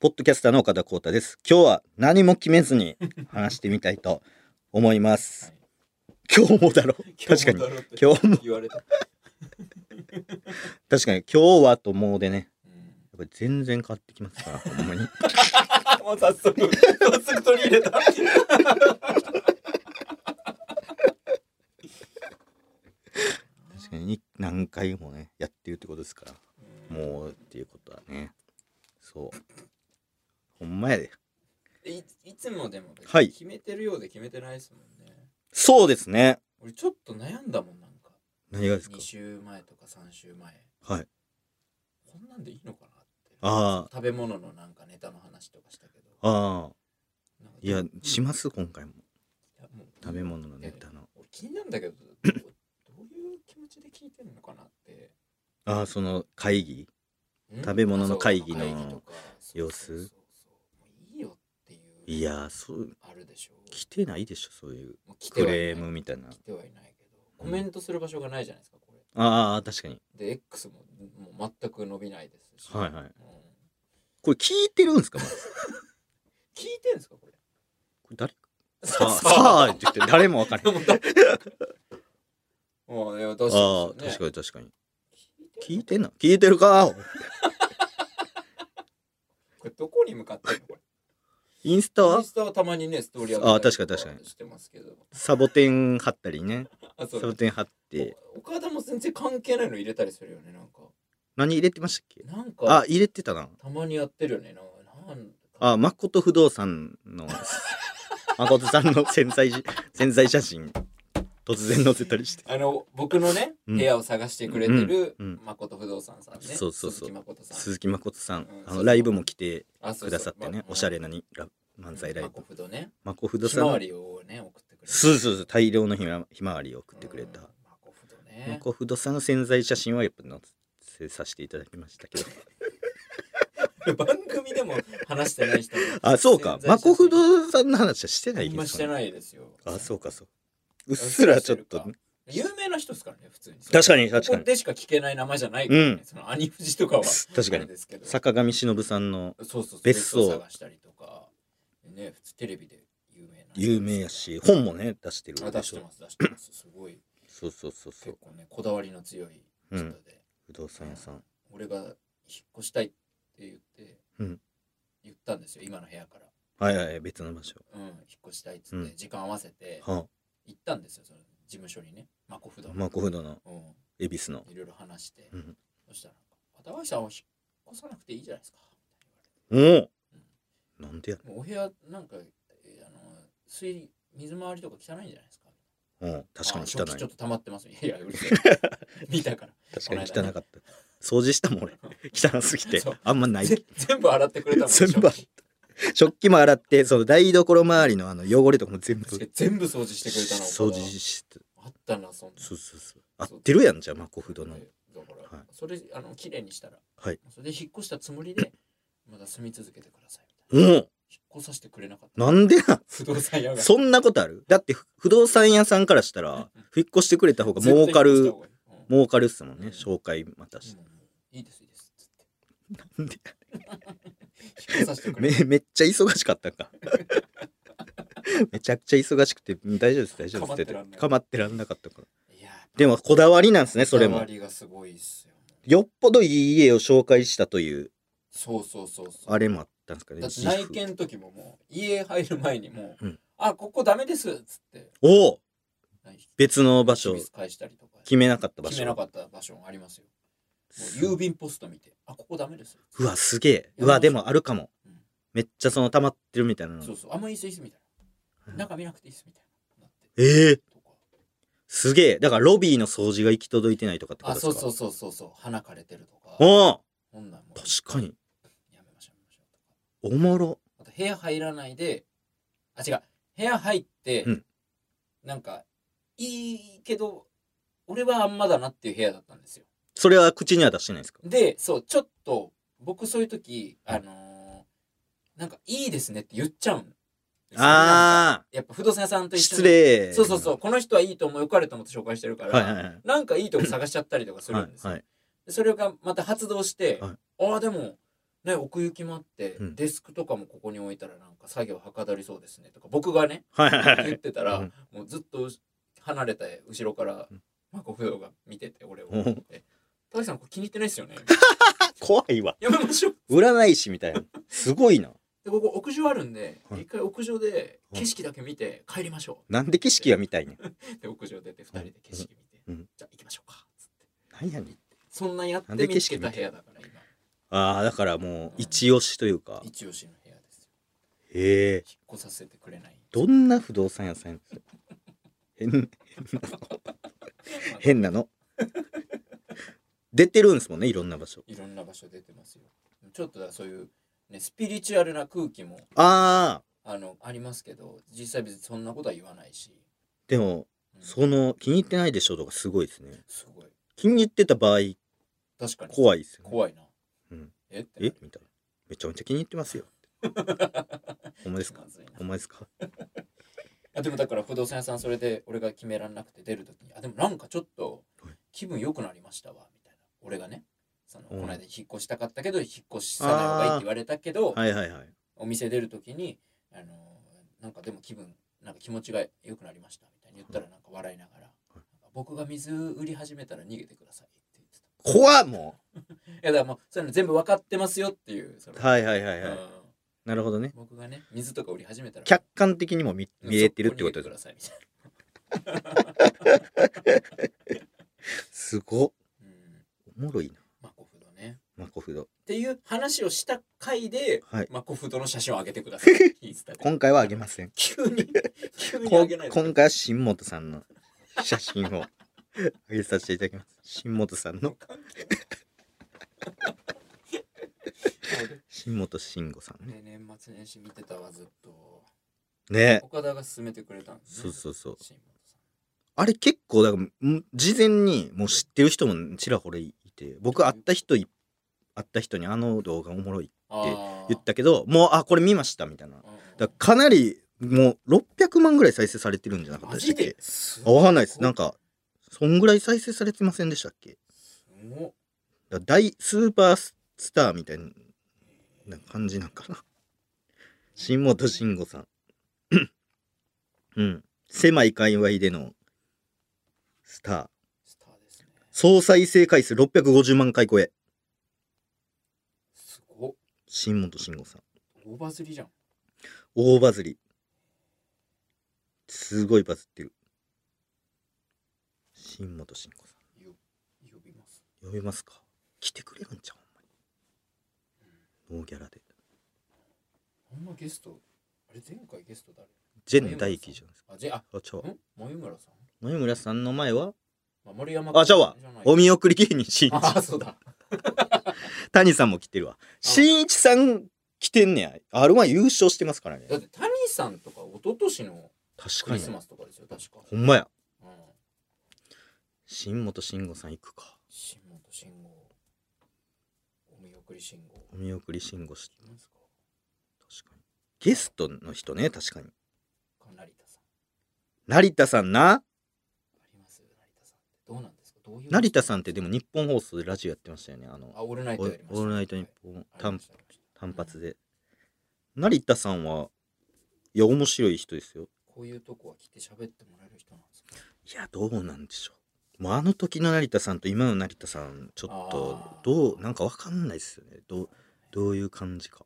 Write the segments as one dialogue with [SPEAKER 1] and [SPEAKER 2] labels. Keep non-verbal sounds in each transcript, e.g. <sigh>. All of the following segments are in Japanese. [SPEAKER 1] ポッドキャスターの岡田光太です。今日は何も決めずに話してみたいと思います。今日もだろ確かに今日も
[SPEAKER 2] 言われた、
[SPEAKER 1] 確かに今日はともうでね、
[SPEAKER 2] うん
[SPEAKER 1] やっぱり全然変わってきますから、ほんまに。
[SPEAKER 2] あ <laughs> もう早速早速取り入れた
[SPEAKER 1] 確かに何回もね、やってるってことですから、もうっていうことはね。そう。ほんまやで。
[SPEAKER 2] <laughs> いいつもでも別に
[SPEAKER 1] はい
[SPEAKER 2] 決めてるようで決めてないですもんね
[SPEAKER 1] そうですね。
[SPEAKER 2] 俺ちょっと悩んだもんなんか
[SPEAKER 1] 何がですか
[SPEAKER 2] 2週前とか3週前
[SPEAKER 1] はい。
[SPEAKER 2] こんなんでいいのかなって
[SPEAKER 1] あ
[SPEAKER 2] 食べ物のなんかネタの話とかしたけど
[SPEAKER 1] あ、ああ。
[SPEAKER 2] なんか
[SPEAKER 1] いや
[SPEAKER 2] うん、
[SPEAKER 1] します今回も。
[SPEAKER 2] いやもう
[SPEAKER 1] 食べ物のネタの。
[SPEAKER 2] 俺気になるんだけどどうどういう気持ちで聞いてるのかなって
[SPEAKER 1] ああ、その会議
[SPEAKER 2] ん
[SPEAKER 1] <coughs> 食べ物の会議の
[SPEAKER 2] あそう会とか
[SPEAKER 1] 様子
[SPEAKER 2] そうそうそうもういいよっていう
[SPEAKER 1] いやー、そう、
[SPEAKER 2] あるでしょう
[SPEAKER 1] 来てないでしょ、そういう
[SPEAKER 2] もう来て
[SPEAKER 1] ク
[SPEAKER 2] はい
[SPEAKER 1] レー
[SPEAKER 2] ない
[SPEAKER 1] ムみたいな
[SPEAKER 2] 来。てはいないけどコメントする場所がないじゃないですかこれ
[SPEAKER 1] ああ、確かに。
[SPEAKER 2] で X ももう全く伸びないですし、
[SPEAKER 1] はい
[SPEAKER 2] うん
[SPEAKER 1] はい。これ聞いてるんですか、まず
[SPEAKER 2] 聞いてんですかこれ
[SPEAKER 1] これ誰
[SPEAKER 2] さ
[SPEAKER 1] さあ、さあって言って、誰もわかんない。
[SPEAKER 2] もうだ <laughs> もういや確か
[SPEAKER 1] ああ、
[SPEAKER 2] にで
[SPEAKER 1] 確
[SPEAKER 2] す
[SPEAKER 1] か
[SPEAKER 2] よね
[SPEAKER 1] に確かに。
[SPEAKER 2] 聞
[SPEAKER 1] 聞
[SPEAKER 2] い
[SPEAKER 1] い
[SPEAKER 2] て
[SPEAKER 1] てんの聞いてるか
[SPEAKER 2] これどこに向かってんのこれ
[SPEAKER 1] インスタ
[SPEAKER 2] イ
[SPEAKER 1] は
[SPEAKER 2] ンスタはたまにねストーリー
[SPEAKER 1] あ確かに確かに
[SPEAKER 2] してますけど
[SPEAKER 1] サボテン貼ったりね。
[SPEAKER 2] あそ
[SPEAKER 1] サ
[SPEAKER 2] う
[SPEAKER 1] ボテン貼って。
[SPEAKER 2] お岡田も全然関係ないの入れたりするよねなんか
[SPEAKER 1] 何入れてましたっけ
[SPEAKER 2] なんか
[SPEAKER 1] あ、入れてたな。
[SPEAKER 2] たまにやってるよねなんなん
[SPEAKER 1] あ、誠不動産の、誠さんの潜在じ、潜在写真、突然載せたりして。
[SPEAKER 2] あの僕のね、
[SPEAKER 1] うん
[SPEAKER 2] 部屋を探してくれてる、
[SPEAKER 1] うんうん
[SPEAKER 2] 誠不動産さんね
[SPEAKER 1] そうそうそう
[SPEAKER 2] 鈴木誠さん
[SPEAKER 1] 鈴木誠さん
[SPEAKER 2] うん、
[SPEAKER 1] あの、ライブも来て
[SPEAKER 2] あそうそう
[SPEAKER 1] くださってね
[SPEAKER 2] ま、
[SPEAKER 1] おしゃれなにラ漫才ライブ
[SPEAKER 2] 誠。不動ね
[SPEAKER 1] 誠不動
[SPEAKER 2] ひ
[SPEAKER 1] さん
[SPEAKER 2] ま
[SPEAKER 1] の
[SPEAKER 2] わ、りをね送ってくれた
[SPEAKER 1] そうそうそう、大量のひまひまわりを送ってくれた
[SPEAKER 2] うん。誠不動ね
[SPEAKER 1] 誠不動産の潜在写真はやっぱ載せさせていただきました
[SPEAKER 2] <laughs>
[SPEAKER 1] けど。
[SPEAKER 2] <laughs> 番組でも話してない人も
[SPEAKER 1] <laughs> あ、そうか。マコ不動産の話はしてな
[SPEAKER 2] あ
[SPEAKER 1] い
[SPEAKER 2] んまして
[SPEAKER 1] い。
[SPEAKER 2] ないですよ
[SPEAKER 1] あ、そうか、そう。うっすらちょっと。
[SPEAKER 2] 有名な人ですからね普通に
[SPEAKER 1] 確かに、
[SPEAKER 2] こ
[SPEAKER 1] 確か
[SPEAKER 2] こ
[SPEAKER 1] に。
[SPEAKER 2] でしか聞けない名前じゃないからね、
[SPEAKER 1] うん
[SPEAKER 2] その兄富士とかは
[SPEAKER 1] 確か
[SPEAKER 2] あれ
[SPEAKER 1] に。
[SPEAKER 2] ですけど
[SPEAKER 1] 坂上忍さんの
[SPEAKER 2] そうそうそう
[SPEAKER 1] 別荘
[SPEAKER 2] 別荘探したりとかね普通テレビで有名な人ですから
[SPEAKER 1] 有名やし、本もね、出してる
[SPEAKER 2] あ
[SPEAKER 1] で
[SPEAKER 2] 出
[SPEAKER 1] し
[SPEAKER 2] して
[SPEAKER 1] ょ。
[SPEAKER 2] ます出してます
[SPEAKER 1] <clears throat>
[SPEAKER 2] すごい
[SPEAKER 1] そうそうそうそ
[SPEAKER 2] 結
[SPEAKER 1] う。
[SPEAKER 2] 構ねこだわりの強い人
[SPEAKER 1] う
[SPEAKER 2] で、
[SPEAKER 1] ん不動産屋さん。
[SPEAKER 2] 俺が引っ越したいって言って、
[SPEAKER 1] うん
[SPEAKER 2] 言ったんですよ今の部屋から、
[SPEAKER 1] はいはい、別の場所。
[SPEAKER 2] うん、引っ越したいっつって、
[SPEAKER 1] うん
[SPEAKER 2] 時間合わせて
[SPEAKER 1] は
[SPEAKER 2] 行ったんですよその事務所にねマコフ
[SPEAKER 1] あ
[SPEAKER 2] ド、
[SPEAKER 1] マコ不動の
[SPEAKER 2] う
[SPEAKER 1] 恵比寿の
[SPEAKER 2] ん、。いろいろ話して、
[SPEAKER 1] うん。
[SPEAKER 2] そしたら「高橋さんは引っ越さなくていいじゃないですか」
[SPEAKER 1] おおなんでや
[SPEAKER 2] もうお部屋なんか、えーあの水水回りとか汚いんじゃないですか
[SPEAKER 1] うん。確かに汚
[SPEAKER 2] あ食器ちょっ
[SPEAKER 1] い。
[SPEAKER 2] と溜まってますいやいやうるせえ
[SPEAKER 1] <laughs>
[SPEAKER 2] 見たから
[SPEAKER 1] 確かに
[SPEAKER 2] この間ね
[SPEAKER 1] 汚かった。掃除したもん俺。汚すぎて
[SPEAKER 2] そう。
[SPEAKER 1] あんまない。
[SPEAKER 2] ぜ全部洗ってくれたもん
[SPEAKER 1] 全部洗っ
[SPEAKER 2] 食器
[SPEAKER 1] 食器も洗って、その台所周りのあの汚れとかも全部
[SPEAKER 2] 確かに全部掃除してくれたの
[SPEAKER 1] 掃除して。
[SPEAKER 2] あったなそんな
[SPEAKER 1] そうそうそう。合ってるやんじゃあ、マコフドの。
[SPEAKER 2] だから、
[SPEAKER 1] はい
[SPEAKER 2] それあの綺麗にしたら、
[SPEAKER 1] はい
[SPEAKER 2] それで引っ越したつもりでまだ住み続けてくださいみたい
[SPEAKER 1] うん。
[SPEAKER 2] な引っ越させてくれなかった
[SPEAKER 1] なんでなん
[SPEAKER 2] 不動産屋が
[SPEAKER 1] そんなことあるだってふ不動産屋さんからしたら、引っ越してくれた方が儲か
[SPEAKER 2] <laughs> 絶
[SPEAKER 1] る
[SPEAKER 2] 対、引っ越した方がいいうん
[SPEAKER 1] 儲かるっすもん
[SPEAKER 2] うん
[SPEAKER 1] ね。紹介またし
[SPEAKER 2] うんいいですいいですつって
[SPEAKER 1] なんで
[SPEAKER 2] 引っ越させてくれ
[SPEAKER 1] め
[SPEAKER 2] なかっ
[SPEAKER 1] めっちゃ忙しかったん
[SPEAKER 2] <laughs>
[SPEAKER 1] か。めちゃくちゃ忙しくて、うん大丈夫です、大丈夫ですって言っ
[SPEAKER 2] 構ってらんな
[SPEAKER 1] て。
[SPEAKER 2] い
[SPEAKER 1] かまってらんなかったから。
[SPEAKER 2] たいや
[SPEAKER 1] でも、こだわりなんですね、それ
[SPEAKER 2] こだわ
[SPEAKER 1] も。
[SPEAKER 2] りがすごいっすよ
[SPEAKER 1] よっぽどいい家を紹介したという、
[SPEAKER 2] そうそうそうそう
[SPEAKER 1] あれもあったんですかね。
[SPEAKER 2] だって
[SPEAKER 1] 自負
[SPEAKER 2] 内見の時ももう家入る前にもう、
[SPEAKER 1] うん
[SPEAKER 2] あここダメですっつって
[SPEAKER 1] おお別の場所
[SPEAKER 2] サービ、ス返したりとか
[SPEAKER 1] 決めなかった場所。
[SPEAKER 2] 決めなかった場所もありますよもう郵便ポスト見てあここダメです
[SPEAKER 1] うわ、すげえ。う
[SPEAKER 2] や
[SPEAKER 1] わ、
[SPEAKER 2] り
[SPEAKER 1] で
[SPEAKER 2] まし
[SPEAKER 1] もあるかも
[SPEAKER 2] うん。
[SPEAKER 1] めっちゃその溜まってるみたいなの。
[SPEAKER 2] そうそうあんまいいっすいいっすみたいな中見なくていいっすみたいななって
[SPEAKER 1] ええ
[SPEAKER 2] とか
[SPEAKER 1] すげえ。だからロビーの掃除が行き届いてないとかってこ
[SPEAKER 2] あ
[SPEAKER 1] とです
[SPEAKER 2] そ
[SPEAKER 1] か
[SPEAKER 2] うそうそうそうそう花枯れてるとか
[SPEAKER 1] おお
[SPEAKER 2] こんなんもう
[SPEAKER 1] 確かに。
[SPEAKER 2] やめましょうやめましょうとか
[SPEAKER 1] おもろ。
[SPEAKER 2] あと部屋入らないで、あ、違う、部屋入って、
[SPEAKER 1] うん
[SPEAKER 2] なんか、いいけど、俺はあんまだなっていう部屋だったんですよ。
[SPEAKER 1] それは口には出してないですか
[SPEAKER 2] で、そう、ちょっと、僕そういう時、あのーなんか、いいですねって言っちゃうんですよなんか
[SPEAKER 1] あ
[SPEAKER 2] やっぱ不動産屋さんと
[SPEAKER 1] あ
[SPEAKER 2] 一緒
[SPEAKER 1] 失
[SPEAKER 2] に。
[SPEAKER 1] 礼。
[SPEAKER 2] そうそうそう、この人はいいと思う、良かれと思って紹介してるから、
[SPEAKER 1] はいはいはい。
[SPEAKER 2] なんかいいとこ探しちゃったりとかす
[SPEAKER 1] は
[SPEAKER 2] るんですよ。
[SPEAKER 1] いはい。
[SPEAKER 2] でそれがまた発動して、
[SPEAKER 1] は
[SPEAKER 2] ああ、でも、ね、奥行きもあって、
[SPEAKER 1] うん
[SPEAKER 2] デスクとかもここに置いたらなんか作業はかどりそうですねとか僕がね
[SPEAKER 1] はい <laughs> はいは
[SPEAKER 2] 言
[SPEAKER 1] い。
[SPEAKER 2] ってたら、
[SPEAKER 1] うん
[SPEAKER 2] もうずっと離れた後ろから
[SPEAKER 1] うん
[SPEAKER 2] マコ不動が見てて俺を
[SPEAKER 1] うん
[SPEAKER 2] で「高橋さんこれ気に入ってないで
[SPEAKER 1] <laughs>
[SPEAKER 2] すよね」
[SPEAKER 1] 怖いわ。
[SPEAKER 2] やめましょう
[SPEAKER 1] 占い師みたいな。すごいな。
[SPEAKER 2] でここ屋上あるんで
[SPEAKER 1] はい
[SPEAKER 2] 一回屋上で
[SPEAKER 1] うん
[SPEAKER 2] 景色だけ見て帰りましょ
[SPEAKER 1] なんで景色が見たいねん。
[SPEAKER 2] うで屋上出て二人で景色見て、
[SPEAKER 1] うん
[SPEAKER 2] じゃあ行きましょうかつって
[SPEAKER 1] 何やねん。
[SPEAKER 2] そんなやっ
[SPEAKER 1] なんで
[SPEAKER 2] て見
[SPEAKER 1] 景
[SPEAKER 2] つ
[SPEAKER 1] 色
[SPEAKER 2] け
[SPEAKER 1] 見て
[SPEAKER 2] た部屋だから今
[SPEAKER 1] ああ、だからもう、一押しというか。
[SPEAKER 2] 一押しの部屋ですよ
[SPEAKER 1] へえ。
[SPEAKER 2] 引っ越させてくれない
[SPEAKER 1] どんな不動産屋さんやねん変、変なの。出てるんですもんね、いろんな場所。
[SPEAKER 2] いろんな場所出てますよちょっとだからそういう、ね、スピリチュアルな空気も
[SPEAKER 1] ああ、
[SPEAKER 2] あのありますけど実際別にそんなことは言わないし、
[SPEAKER 1] でも、
[SPEAKER 2] うん
[SPEAKER 1] その、気に入ってないでしょとかすごいですね。
[SPEAKER 2] すごい
[SPEAKER 1] 気に入ってた場合、
[SPEAKER 2] 確かに
[SPEAKER 1] 怖いですよね。
[SPEAKER 2] 怖いな、
[SPEAKER 1] うん
[SPEAKER 2] えってな
[SPEAKER 1] え
[SPEAKER 2] る
[SPEAKER 1] みたいな。めちゃめちゃ気に入ってます <laughs> よ。お前ですか
[SPEAKER 2] まずいな
[SPEAKER 1] お前ですか
[SPEAKER 2] あでもだから不動産屋さんそれで俺が決めらんなくて出るときにあでもなんかちょっと
[SPEAKER 1] はい
[SPEAKER 2] 気分良くなりましたわみたいな俺がねそのこ
[SPEAKER 1] うん
[SPEAKER 2] の間引っ越したかったけど引っ越しさない方がいいって言われたけど、
[SPEAKER 1] はいはいはい。
[SPEAKER 2] お店出るときにあのなんかでも気分なんか気持ちが良くなりましたみたいに言ったらなんか笑いながら、僕が水売り始めたら逃げてくださいって言ってた
[SPEAKER 1] 怖っも
[SPEAKER 2] いやだからもうそういうの全部分かってますよっていうその
[SPEAKER 1] うはいはいはいはい。
[SPEAKER 2] うん
[SPEAKER 1] なるほどね。
[SPEAKER 2] 僕がね水とか売り始めたら
[SPEAKER 1] 客観的にも見見れてるってこと
[SPEAKER 2] で
[SPEAKER 1] です
[SPEAKER 2] い
[SPEAKER 1] すごっ
[SPEAKER 2] みたいなうん
[SPEAKER 1] おもろいな。
[SPEAKER 2] マコフドね
[SPEAKER 1] マコフド。
[SPEAKER 2] っていう話をした回で、
[SPEAKER 1] はい
[SPEAKER 2] マコフドの写真を上げてくださいインスタで
[SPEAKER 1] 今回はあげません。
[SPEAKER 2] 急に急に
[SPEAKER 1] こ
[SPEAKER 2] 上
[SPEAKER 1] ん
[SPEAKER 2] げないで
[SPEAKER 1] 今回は新本さんの写真を上げさせていただきます。新本さんの、
[SPEAKER 2] 関係 <laughs> ない
[SPEAKER 1] 新本慎吾さんね。
[SPEAKER 2] ね、年末年始見てたわずっと
[SPEAKER 1] ね
[SPEAKER 2] 岡田が勧めてくれたんです、
[SPEAKER 1] そ
[SPEAKER 2] ね、
[SPEAKER 1] うそうそう。
[SPEAKER 2] 新本さん
[SPEAKER 1] あれ結構、だから、ん事前にもう知ってる人もちらほらいて、僕会った人い、会った人にあの動画おもろいって
[SPEAKER 2] あー
[SPEAKER 1] 言ったけど、もう、あ、これ見ましたみたいな。
[SPEAKER 2] うんうん
[SPEAKER 1] だからかなり、もう600万ぐらい再生されてるんじゃなかった
[SPEAKER 2] マ
[SPEAKER 1] でした
[SPEAKER 2] ジ
[SPEAKER 1] っけ
[SPEAKER 2] で。す
[SPEAKER 1] あ
[SPEAKER 2] ご
[SPEAKER 1] わかんないです。なんか、そんぐらい再生されてませんでしたっけ
[SPEAKER 2] っ
[SPEAKER 1] だ大スーパースターみたいな感じなんかな。新本慎吾さん。うん。狭い界隈でのスター。
[SPEAKER 2] スターですね
[SPEAKER 1] 総再生回数650万回超え。
[SPEAKER 2] すごっ
[SPEAKER 1] 新本慎吾さん。
[SPEAKER 2] 大バズりじゃん
[SPEAKER 1] 大バズり。すごいバズってる。新本慎吾さ
[SPEAKER 2] よ呼びます
[SPEAKER 1] ん。呼びますか来てくれるんちゃうほんまに。ノーギャラで。
[SPEAKER 2] あんまゲストあれ前回ゲスト誰
[SPEAKER 1] ジェン大輝じゃないですか。
[SPEAKER 2] あじあ
[SPEAKER 1] あ、ちゃうん
[SPEAKER 2] 森村さん、
[SPEAKER 1] 森村さんの前は
[SPEAKER 2] まあ、森山
[SPEAKER 1] あじゃあわ
[SPEAKER 2] じない
[SPEAKER 1] お見送り芸人しんい
[SPEAKER 2] あそうだ
[SPEAKER 1] ち谷さんも来てるわしんいちさん来てんねや r 1優勝してますからね
[SPEAKER 2] だって谷さんとか一昨年の
[SPEAKER 1] 確
[SPEAKER 2] ク
[SPEAKER 1] か
[SPEAKER 2] リ
[SPEAKER 1] に
[SPEAKER 2] スマスとかですよ確か、
[SPEAKER 1] ほんまや
[SPEAKER 2] うん、
[SPEAKER 1] 新本慎吾さん行くか
[SPEAKER 2] 新本信号お見送り信号
[SPEAKER 1] お見送り慎吾し
[SPEAKER 2] いますか
[SPEAKER 1] 確かにゲストの人ね確かに
[SPEAKER 2] 成田さん
[SPEAKER 1] 成田さんな
[SPEAKER 2] あります成田さんってどうなんですかどういう
[SPEAKER 1] 成田さんってでも日本放送でラジオやってましたよねあの
[SPEAKER 2] あオールナイ
[SPEAKER 1] お
[SPEAKER 2] ト
[SPEAKER 1] オ
[SPEAKER 2] やりました
[SPEAKER 1] ールナイトニッポン
[SPEAKER 2] はいあり
[SPEAKER 1] 単
[SPEAKER 2] ましたありました
[SPEAKER 1] 単発で成田さんはいや面白い人ですよ
[SPEAKER 2] こういうとこは来て喋ってもらえる人なんですか
[SPEAKER 1] いやどうなんでしょうもうあの時の成田さんと今の成田さんちょっと
[SPEAKER 2] あー
[SPEAKER 1] どうなんかわかんないですよねどうどういう感じか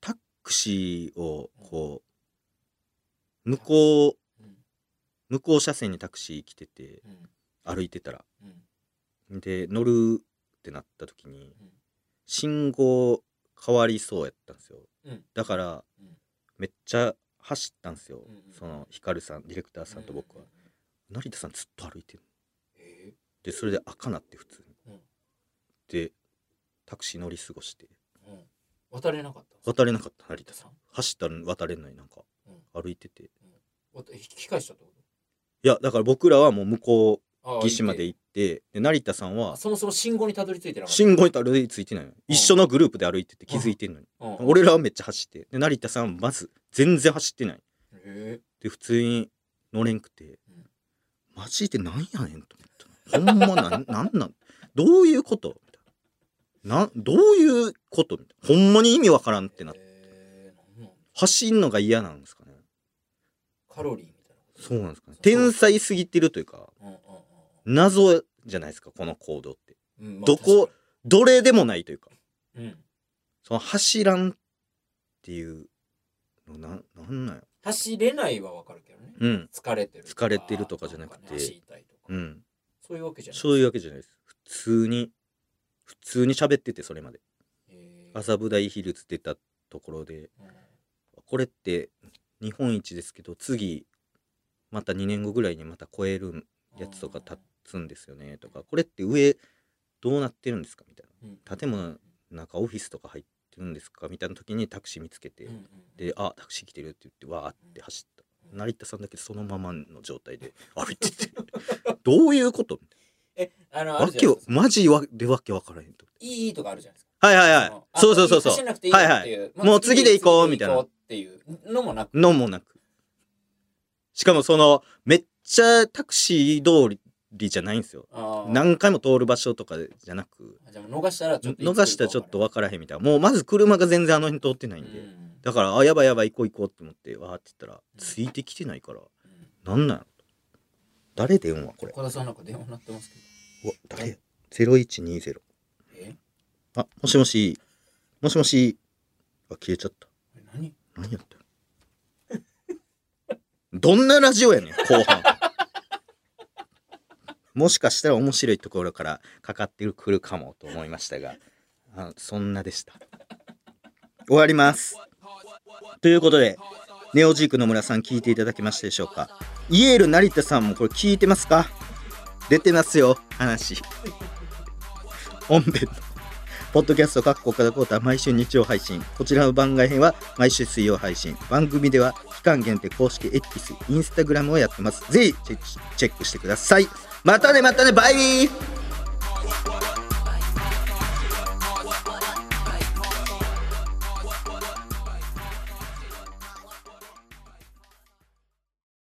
[SPEAKER 1] タクシーをこう向こう
[SPEAKER 2] うん
[SPEAKER 1] 向こう車線にタクシー来てて
[SPEAKER 2] うん
[SPEAKER 1] 歩いてたら
[SPEAKER 2] うん
[SPEAKER 1] で乗るってなった時に
[SPEAKER 2] うん
[SPEAKER 1] 信号変わりそうやったんですよ
[SPEAKER 2] うん
[SPEAKER 1] だから
[SPEAKER 2] うん
[SPEAKER 1] めっちゃ走ったんですよ
[SPEAKER 2] うんうん
[SPEAKER 1] そのヒカルさんディレクターさんと僕は
[SPEAKER 2] うんうんうん
[SPEAKER 1] 成田さんずっと歩いてる
[SPEAKER 2] え
[SPEAKER 1] でそれで赤なって普通に、
[SPEAKER 2] うん
[SPEAKER 1] でタクシー乗り過ごして
[SPEAKER 2] ーうん渡れなかった
[SPEAKER 1] 渡れなかった成
[SPEAKER 2] 成
[SPEAKER 1] 田
[SPEAKER 2] 田
[SPEAKER 1] さん
[SPEAKER 2] さん
[SPEAKER 1] 走ったら渡れないなんか、歩いててい
[SPEAKER 2] わた引き返したってこ
[SPEAKER 1] やだから僕らはもう向こ
[SPEAKER 2] とあ
[SPEAKER 1] う
[SPEAKER 2] ー
[SPEAKER 1] 岸まで行
[SPEAKER 2] 行っ
[SPEAKER 1] ってで成田さん
[SPEAKER 2] てあ
[SPEAKER 1] は
[SPEAKER 2] そもそも信号にたどり着いてなかった
[SPEAKER 1] 信号にたどり着いてないのよ一緒のグループで歩いてて気づいてんのに
[SPEAKER 2] うん
[SPEAKER 1] 俺らはめっちゃ走ってで成田さんはまず全然走ってない
[SPEAKER 2] え
[SPEAKER 1] で普通に乗れんくて、
[SPEAKER 2] うん
[SPEAKER 1] マジでなんやねんと思ったのほんまなんなんなんどういうことみたいななどういうことみたいなほんまに意味わからんってな
[SPEAKER 2] えーなんなん
[SPEAKER 1] 走んのが嫌なんですかね
[SPEAKER 2] カロリーみたいなこと
[SPEAKER 1] そうなんですかね天才すぎてるというか
[SPEAKER 2] うんうん
[SPEAKER 1] 謎じゃないですかこの行動って
[SPEAKER 2] うんうんまあ
[SPEAKER 1] どこどれでもないというか
[SPEAKER 2] 確かにうん
[SPEAKER 1] その走らんっていうのなんなんなんや
[SPEAKER 2] 走れないはわかるけどね
[SPEAKER 1] うん
[SPEAKER 2] 疲れてるとか
[SPEAKER 1] 疲れてるとかじゃなくて
[SPEAKER 2] んかね走りたいとか
[SPEAKER 1] うん
[SPEAKER 2] そういうわけじゃない
[SPEAKER 1] そういうわけじゃないです普通に普通に喋っててそれまで
[SPEAKER 2] えー
[SPEAKER 1] 麻布台ヒルズ出たところで
[SPEAKER 2] うん
[SPEAKER 1] これって日本一ですけど次また2年後ぐらいにまた超えるやつとか立つんですよねとかこれって上どうなってるんですかみたい
[SPEAKER 2] うん
[SPEAKER 1] 建物な中オフィスとか入ってるんですかみたいな時にタクシー見つけて、
[SPEAKER 2] うんうん
[SPEAKER 1] で「あタクシー来てる」って言ってわーって走った
[SPEAKER 2] うん
[SPEAKER 1] 成田さんだけそのままの状態で <laughs> 歩いて
[SPEAKER 2] <laughs>
[SPEAKER 1] てどういうこと
[SPEAKER 2] えあのあ
[SPEAKER 1] わ
[SPEAKER 2] るじ
[SPEAKER 1] け
[SPEAKER 2] ゃない
[SPEAKER 1] を
[SPEAKER 2] ですか
[SPEAKER 1] マジわでわけわからへんと
[SPEAKER 2] いいとかあるじゃないですか
[SPEAKER 1] はいはいは
[SPEAKER 2] の
[SPEAKER 1] い
[SPEAKER 2] あ
[SPEAKER 1] そうそうそうそ
[SPEAKER 2] 走んな
[SPEAKER 1] う
[SPEAKER 2] くていいよって
[SPEAKER 1] はい
[SPEAKER 2] いう
[SPEAKER 1] はいもう次で行こうみたいな
[SPEAKER 2] 次で行こうっていうのもなく
[SPEAKER 1] のもなくしかもそのめっちゃタクシー通りじゃないんですよ
[SPEAKER 2] あー
[SPEAKER 1] 何回も通る場所とかじゃなく
[SPEAKER 2] じゃあもう逃したらちょっといつ
[SPEAKER 1] 逃したらちょっと
[SPEAKER 2] わ
[SPEAKER 1] わからへんみたいなもうまず車が全然あの辺通ってな
[SPEAKER 2] か
[SPEAKER 1] い
[SPEAKER 2] ら
[SPEAKER 1] ん
[SPEAKER 2] な
[SPEAKER 1] で、
[SPEAKER 2] いうん
[SPEAKER 1] だからあやばいやばい行こう行こうって思ってわーって言ったら
[SPEAKER 2] ん
[SPEAKER 1] ついてきてないから
[SPEAKER 2] うん
[SPEAKER 1] なんなんやろ誰電話これ
[SPEAKER 2] 岡田さんなんか電話鳴ってますけど
[SPEAKER 1] うわ誰や0120
[SPEAKER 2] え
[SPEAKER 1] あもしもしもしもしあ消えちゃった
[SPEAKER 2] これ何
[SPEAKER 1] 何やってんの <laughs> どんなラジオやねん後半 <laughs> もしかしたら面白いところからかかってくるかもと思いましたがあそんなでした終わりますということでネオジークの村さん聞いていただけましたでしょうかイエール成田さんもこれ聞いてますか出てますよ話 <laughs> 本編のポッドキャスト各国からコータ毎週日曜配信。こちらの番外編は毎週水曜配信。番組では期間限定公式 X、Instagram をやってます。ぜひチェックしチェックしてください。またねまたねバイビー